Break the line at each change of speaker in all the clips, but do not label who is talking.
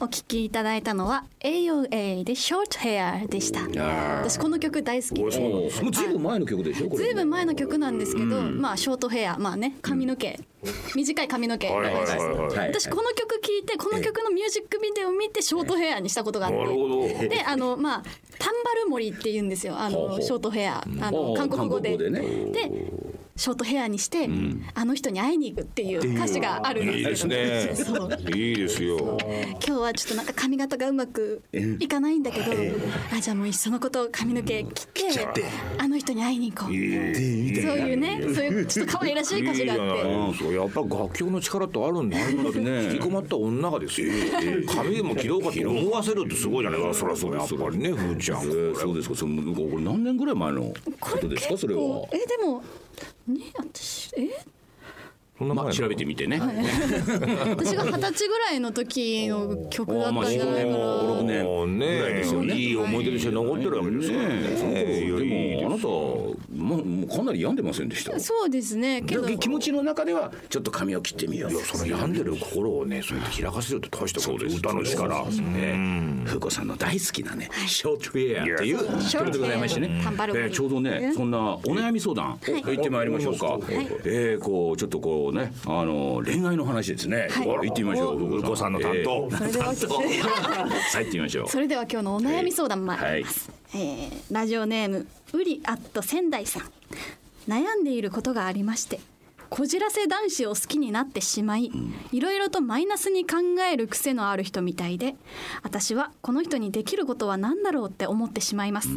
お聴きいただいたのは AOA で Short Hair でした
あー
私この曲大好き
おそう
で
もうずいぶん前の曲でしょこれ
ずいぶん前の曲なんですけど、まあショートヘアまあね髪の 毛、短い髪の毛
はいはいはいはい
はい
私この曲聴いてこの曲のミュージックビデオを見てショートヘアにしたことがあって
なるほど
であのまあタンバルモリって言うんですよあ
ほうほ
の
う
ショートヘアあ
お
の
ー
韓国語で。
韓国語でね
でショートヘアにして、あの人に会いに行くっていう歌詞があるん
いい
で
です
すけど
ね
そう
いいですよ
今日はちょっとなんか髪型がうまくいかないんだけど、あじゃあもういっそのこと髪の毛切ってあの人に会いに行こう。
いい
そういうね、そういうちょっと可愛らしい歌詞があって。
いですかやっぱ楽曲の力ってあるんだね 引きこもった女がですよ髪でも切ろうかって思わせるってすごいじゃないかそりゃそうやっぱりねふーちゃ
え
ん
ーそうですかそのこれ何年ぐらい前の
こ
こ
れ
とですかそ
結
れ
構
は
えでもね私え
そんな
まあ、調べてみてね、
私が二十歳ぐらいの時の曲だったんじゃないか
あーまあ
な。
そうね
ねいい思い出として残ってるわけですから
ねえその頃
ねいやいい
で
で
もあ
す
なたまもうかなり病んでませんでした
そうですね。けど
気持ちの中ではちょっと髪を切ってみよう
その病んでる心をねそうやって開かせるって大したことです歌の力
ね、ふうこさんの大好きなね、ショートウェアっていう
ショートウェア
曲でございましてね
タンバル。コリ
えーちょうどね、そんなお悩み相談、行ってまいりましょうか。えーこう、ちょっとこうね、あの恋愛の話ですね。行ってみましょう。
ふうこさんの担当
えー
それでは
はい、行ってみましょう。、
それでは今日のお悩み相談参ります。えーラジオネームウリアット仙台さん。悩んでいることがありまして。こじらせ男子を好きになってしまい、いろいろとマイナスに考える癖のある人みたいで私はこの人にできることは何だろうって思ってしまいます、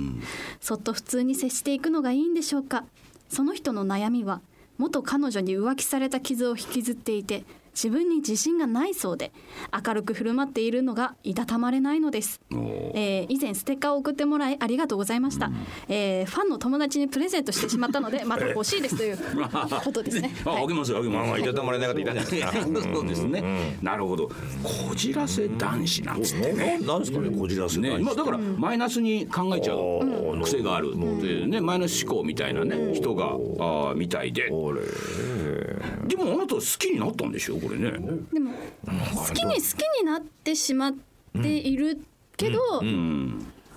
そっと普通に接していくのがいいんでしょうかその人の悩みは元彼女に浮気された傷を引きずっていて自分に自信がないそうで明るく振る舞っているのがいたたまれないのです、えー以前ステッカーを送ってもらいありがとうございました、えーファンの友達にプレゼントしてしまったのでまた欲しいですということですね
あ、あげますよ、あげます。
まあいたたまれなかったいた
いや そうですね。なるほど。こじらせ男子なんつってね。
なんですかねこじらせ
ね、まあだからマイナスに考えちゃ
う
うん癖があるっていうねマイナス思考みたいなね人があーみたいででもあなた好きになったんでしょこれね
でも好きに好きになってしまっているけど、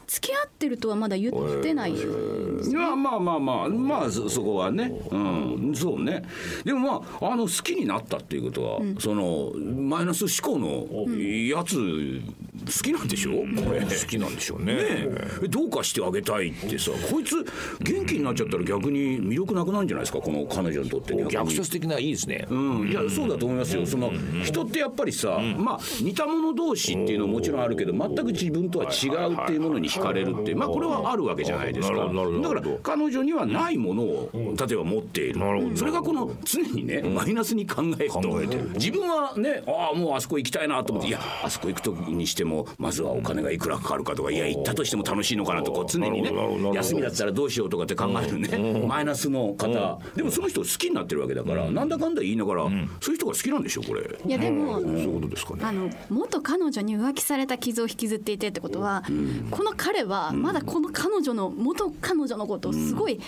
付き合ってるとはまだ言ってないよ、
いやまあまあまあまあそそこはねうんそうねでもまああの好きになったっていうことはそのマイナス思考のやつ好きなんでしょこれ
好きなんでしょうね
ねえどうかしてあげたいってさこいつ元気になっちゃったら逆に魅力なくなるんじゃないですかこの彼女にとって逆に
逆説的ないいですね
うん、いやそうだと思いますよ、その人ってやっぱりさ、まあ、似た者同士っていうのももちろんあるけど、全く自分とは違うっていうものに惹かれるっていう、まあ、これはあるわけじゃないですか、だ
なるほどなるほど
から彼女にはないものを、例えば持っている、それがこの常にね、マイナスに考えると、
考えてる
自分はね、ああ、もうあそこ行きたいなと思って、いや、あそこ行くときにしても、まずはお金がいくらかかるかとか、いや、行ったとしても楽しいのかなとか、常にね
なるほどなるほどなるほ、ど
休みだったらどうしようとかって考えるね、マイナスの方、でもその人好きになってるわけだから、なんだかんだ言いながら、そういう人が好きなんでしょ、これ。
いやでも、
そういうことですかね。
あの元彼女に浮気された傷を引きずっていてってことは、この彼はまだこの彼女の元彼女のことをすごい好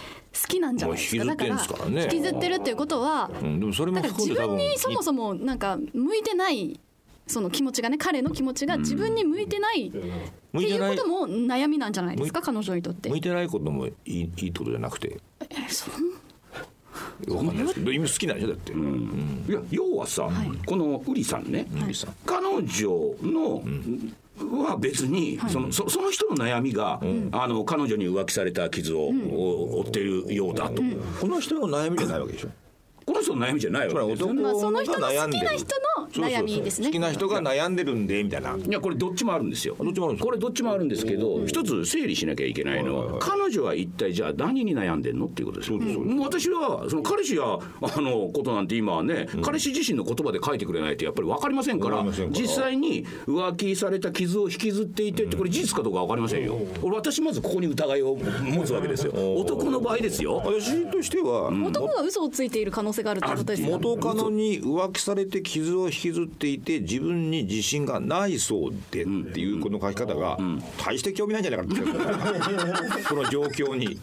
きなんじゃないですか、
うんもう
だ
引きずってんですからね
引きずってるっていうことは、
うんでもそれも
だから
含ん
自
で多
分
分
にそもそもなんか向いてないその気持ちがね彼の気持ちが自分に向いてないって
向い
い
て
う
ない
ことも悩みなんじゃないですか彼女にとって
向いてないこともいいいいってことじゃなくて
えそん
わかんないですけど今好きなんでしょだって
いや要はさ、このウリさんね、彼女の、は別に、そのそその人の悩みが、あの彼女に浮気された傷を、お負っているようだと、
この人の悩みじゃないわけでしょ
この人の悩みじゃない
つま
わけ
り
ですよ
男
ね
ま
が
あその人の
悩んでる
好きな人の悩みですね
そうそうそう好きな人が悩んでるんでみたいない
やこれどっちもあるんですよ。
っちもあるんですか
これどっちもあるんですけど、一つ整理しなきゃいけないのは、彼女は一体じゃあ何に悩んでんのっていうことですよ。もう私はその彼氏やあのことなんて今はね、彼氏自身の言葉で書いてくれないとやっぱり分かりませんから
わかりません、から
実際に浮気された傷を引きずっていてってこれ事実かどうか分かりませんよ。俺私まずここに疑いを持つわけですよ。男の場合ですよ。
私としては
男が嘘をついている可能性があるってことですか
元カノに浮気されて傷を引きずっていて自分に自信がないそうでっていう この書き方が大して興味ないんじゃないかなってこの状況に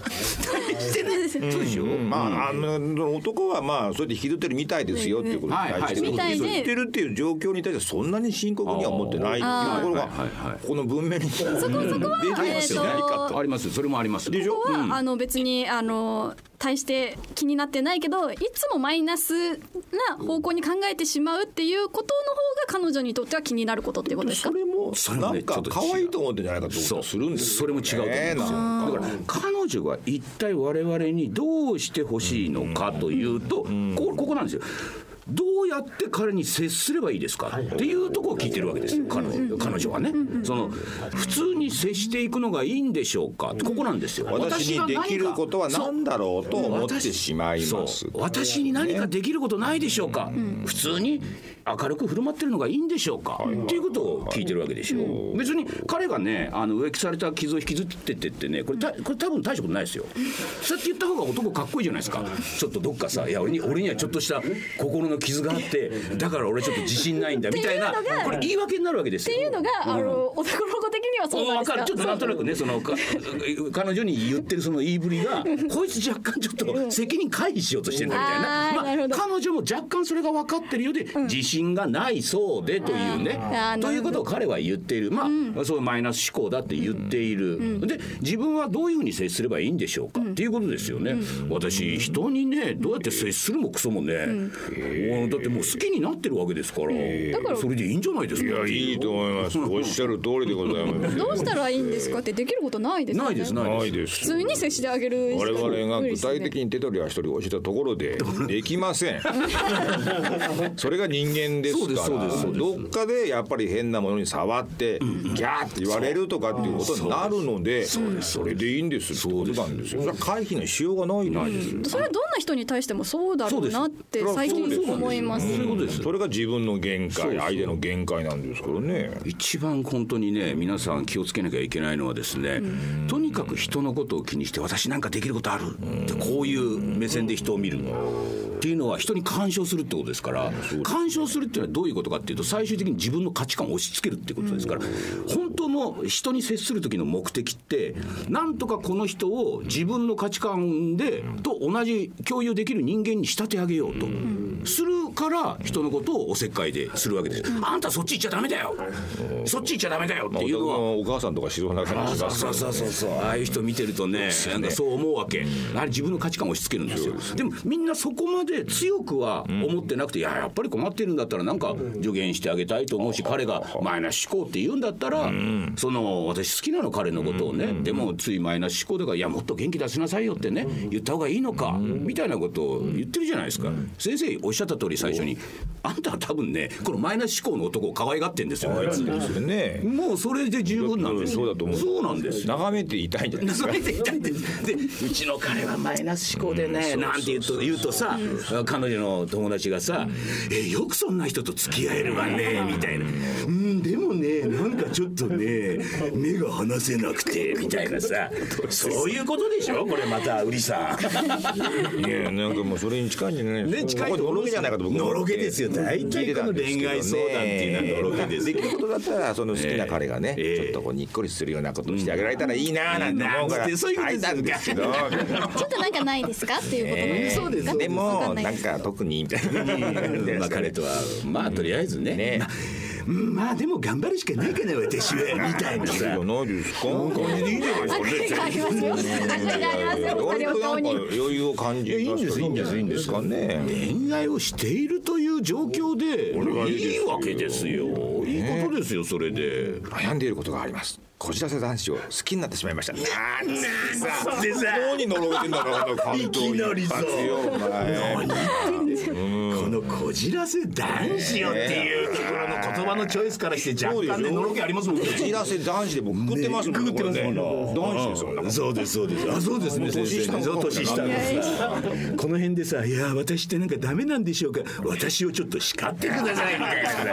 してね
そうでしょ、まああの男はまあそうやって引きずってるみたいですよっていうことに対して、
うん
はいはい
引きずってるっていう状況に対してそんなに深刻には思ってないっていうところが
あーはいはいはい
この文面に出てますよ
え
ね
ーと
ありますそれもあります
でしょ
ここは、あの別にあの対して気になってないけどいつもマイナスな方向に考えてしまうっていうことの方が彼女にとっては気になることっていうことですか
それも
それも
な
ね
んか可愛いと思ってんじゃないかと
そう
するんです
それも違うと思うんですよ
なん
だから彼女が一体我々にどうしてほしいのかというと、こここなんですよ。どうやって彼に接すればいいですかっていうところを聞いてるわけですよ、彼女彼女はね。その普通に接していくのがいいんでしょうかってここなんですよ。
私にで
が何か
きることは何だろうと思ってしまい
そ
ま
う
す。
私に何かできることないでしょうか、普通に明るく振る舞ってるのがいいんでしょうか、っていうことを聞いてるわけでしょ、別に彼がねあの植木された傷を引きずってってってねこれたこれ多分大したことないですよそうやって言った方が男かっこいいじゃないですかちょっとどっかさいや俺に俺にはちょっとした心の傷があってだから俺ちょっと自信ないんだみたいな
っていうのが
これ言い訳になるわけですよ
っていうのが、あの男の子的にはそうなん
わ
です
か
か
るちょっとなんとなくねそのか 彼女に言ってるその言いぶりがこいつ若干ちょっと責任回避しようとしてるみたい
あー
な,、
なるほど
まあ、彼女も若干それが分かってるようで、自信がないそうでというね
あー
ということを彼は言っているまあ、そういうマイナス思考だって言っている、で自分はどういうふうに接すればいいんでしょうか、っていうことですよね、私人にねどうやって接するもクソもね、もうだってもう好きになってるわけですから,、
から
それでいいんじゃないですか
いやいいと思います。おっしゃる通りでございます。
どうしたらいいんですかってできることないですよね
ないです ないです
ないで
普
す。
通に接してあげる
我々が具体的
に
に手取り足取りをしたとこ ろでできませんそれが人間ですか
そうです
ら
そうですそう
どっかでやっぱり変なものに触ってギャーって言われるとかっていうことになるのでそれでいいんですってことなんですよそれは回避のしようがないないです
それはどんな人に対してもそうだろうなって
そうです
最
そうです
近思います
そういうことです
それが自分の限界相手の限界なんですからね
一番本当にね皆さん気をつけなきゃいけないのはですね、とにかく人のことを気にして私なんかできることあるってこういう目線で人を見るっていうのは人に干渉するってことですから干渉するっていうのはどういうことかっていうと最終的に自分の価値観を押し付けるってことですから本当の人に接する時の目的ってなんとかこの人を自分の価値観でと同じ共有できる人間に仕立て上げようとするから人のことをおせっかいでするわけですあんたそっち行っちゃダメだよそっち行っちゃダメだよっていうのは
お母さんとか指導なくなります
そうそうそうそうああいう人見てるとねなんかそう思うわけあれ自分の価値観を押し付けるんですよでもみんなそこまで強くは思ってなくて、いややっぱり困ってるんだったらなんか助言してあげたいと思うし彼がマイナス思考って言うんだったら、その私好きなの彼のことをね、でもついマイナス思考だからいやもっと元気出しなさいよってね言った方がいいのか、みたいなことを言ってるじゃないですか、先生おっしゃった通り最初にあんたは多分ねこのマイナス思考の男を可愛がってんですよあいつ
ね
もうそれで十分なんですよ
そうだと思う
そうなんですよ
眺めていたいんじゃないです
そ
か
れでいたんですでうちの彼はマイナス思考でね、なんて言うと言うとさ、彼女の友達がさ、えよくそんな人と付き合えるわねみたいな、うんでもねなんかちょっとね目が離せなくてみたいなさそういうことでしょこれまたウリさ
いやなんかもうそれに近いんじゃない
ん
ですかここのろけじゃないかと僕
のろけですよ大体この恋愛相談っていうのはのろけですよ
できることだったらその好きな彼がね、
ええ
ちょっとこうにっこりするようなことをしてあげられたらいいなーなんて思うから、
いいなーってそういうことですよ
会いたんですけど
ちょっとなんかないですかっていうことなんです
そうです
で
わ
も
かんない
なんか特にみたいな
まあ彼とはまあとりあえずね
ね
まあうんまあでも頑張るしかないかな私はみたいな
じ
さ
ゃないですかなんかいいじゃないですか
ありますよありますよお
割
二人
と
お
な
顔
んか
に
余裕を感じ
いやいいんですいいんですいいんです
かね
恋愛をしているという状況で
はいいです
いい
よ
わけですよいいことですよそれで。
悩んでいることがありますこじらせ男子を好きになってしまいましたなんでさ
でさ
どうにのろけてんだろうあの感動
いきなりさ
一発よお前
このこじらせ男子よっていうところの言葉のチョイスからして若干ねのろけありますもんね。
こじらせ男子で僕食ってますもん
くぐってますもん
これね男子ですよ
うんそうですそうですあそうですね先生ねそう年下のさこの辺でさ「いや私ってなんかダメなんでしょうか私をちょっと叱ってください」みたいなさ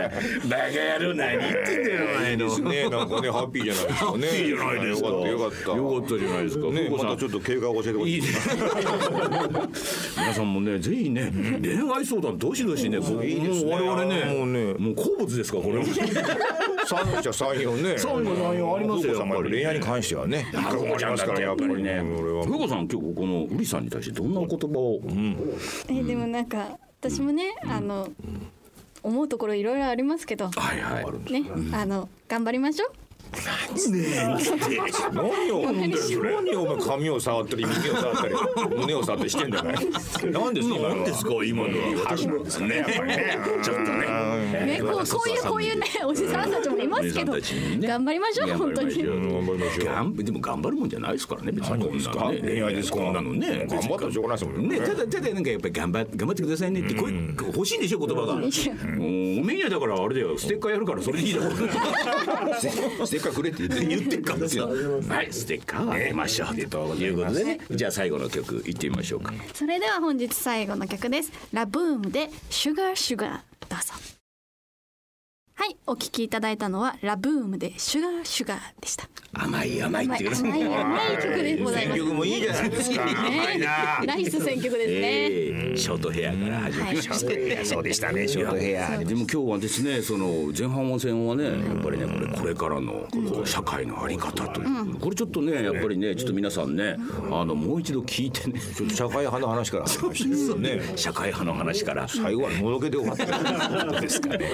「バカ野郎何言ってんだよお前の」
ねなんかねハッピーじゃないですかねハッ
いいじゃないですか
よかったよかった
よかったじゃないですか
ね
風子
ま
さん
たちょっと経過を教えてほしい
いい ね皆さんもねぜひね恋愛相談どしどしねこうもう我々ね
もうね
もう好物ですからこれは
三者三様ね。
三者三様ありますよ
ふうこさんもやっぱり恋愛に関してはね。
あ
ふうこちゃんですからやっぱりね。俺は
ふうこさん今日このウリさんに対してどんなお言葉を、
えでもなんか私もね、あの、思うところいろいろありますけど、
はいはい
ね、あの頑張りましょう。
何を何をお前髪を触ったり耳を触ったり胸を触ったりしてんだから。何ですか今のは。
ですか今のは私もですね。ちょっとね。
ね、こうこういうこういうねおじさんたちもいますけど、
おじさんたちにね
頑張りましょう本当に。
頑張りましょう
うん頑張りましょう。
頑張でも頑張るもんじゃないですからね別にこんなのね
恋愛ですか
こんなのね
頑張ったらしょうがないですもん
ね
ね。
ただただなんかやっぱり頑張頑張ってくださいねってこういう欲しいんでしょ言葉が、うん、おめえにはだからあれだよステッカーやるからそれでいいだ ろ
せっかくれって言って
言ってっからさはいステッカーをあげましょうということでねじゃあ最後の曲いってみましょうか
それでは本日最後の曲です。ラブームでシュガーシュガーどうぞ。はい、お聞きいただいたのはラブームでシュガーシュガーでした。
甘い甘いっていうね
甘い甘い曲でござい ます。
曲もいいじゃないですか。
ね、ナイス選曲ですね。
えーショートヘアから始めました、
そうでしたねショートヘア。
でも今日はですねその前半戦はねやっぱりねこれこれからのこう社会のあり方という、これちょっとねやっぱりねちょっと皆さんねあのもう一度聞いてね
ちょっと社会派の話から始めましたね。
社会派の話から
最後はのろけで終わった。
ですかね。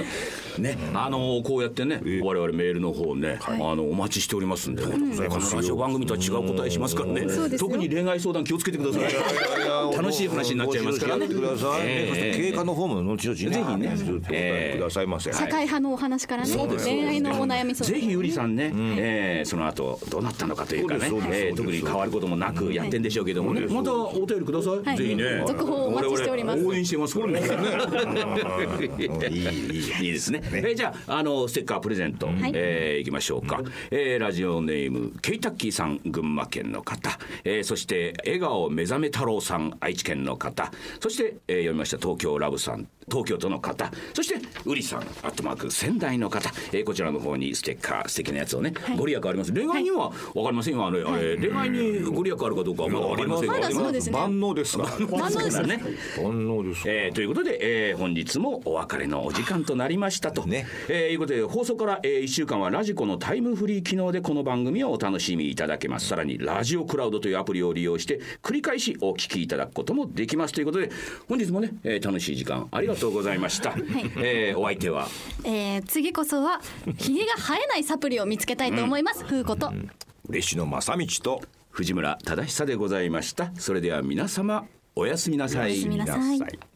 ね、あのこうやってね、我々メールの方ね、あのお待ちしておりますんで、必ず番組とは違う答えしますからね
そう。ですよ
特に恋愛相談気をつけてください。楽しい話になっちゃいますからね。
ご指導してやってくださいね。
え
そして経過の方も後々ね。ぜひね、ずっとお答えくださいませ。
社会派のお話からね、恋愛のお悩み相
ぜ
談。
ひゆりさんね、えーその後どうなったのかというかね、
そうですそうです
えー特に変わることもなくやってんでしょうけどもね、またお便りください、
はい
ぜひね
続報をお待ちしております
我々応援してますからね
いいいい
いいですね、えーじゃああのステッカープレゼント、
い
えーいきましょうか、えーラジオネームケイタッキーさん群馬県の方、えーそして笑顔目覚め太郎さん愛知県の方そして、えー読みました東京ラブさん東京都の方そしてウリさんアットマーク仙台の方、えーこちらの方にステッカー素敵なやつをね、ご利益あります恋愛には分かりませんよあのあれ恋愛にご利益あるかどうかはまだ分かりません
ま
が
だそうですね
万能ですから。
万能ですね。
ね
万能です。
えーということで、えー本日もお別れのお時間となりましたと、
ね
えーいうことで放送から、え1週間はラジコのタイムフリー機能でこの番組をお楽しみいただけますさらにラジオクラウドというアプリを利用して繰り返しお聞きいただくこともできますということで本日もね、えー楽しい時間ありがとうございました、えーお相手は
えー次こそはひげが生えないサプリを見つけたいと思います。ふうこと。
嬉野正道と。
藤村忠久でございましたそれでは皆様おやすみなさい
おやすみなさい
い。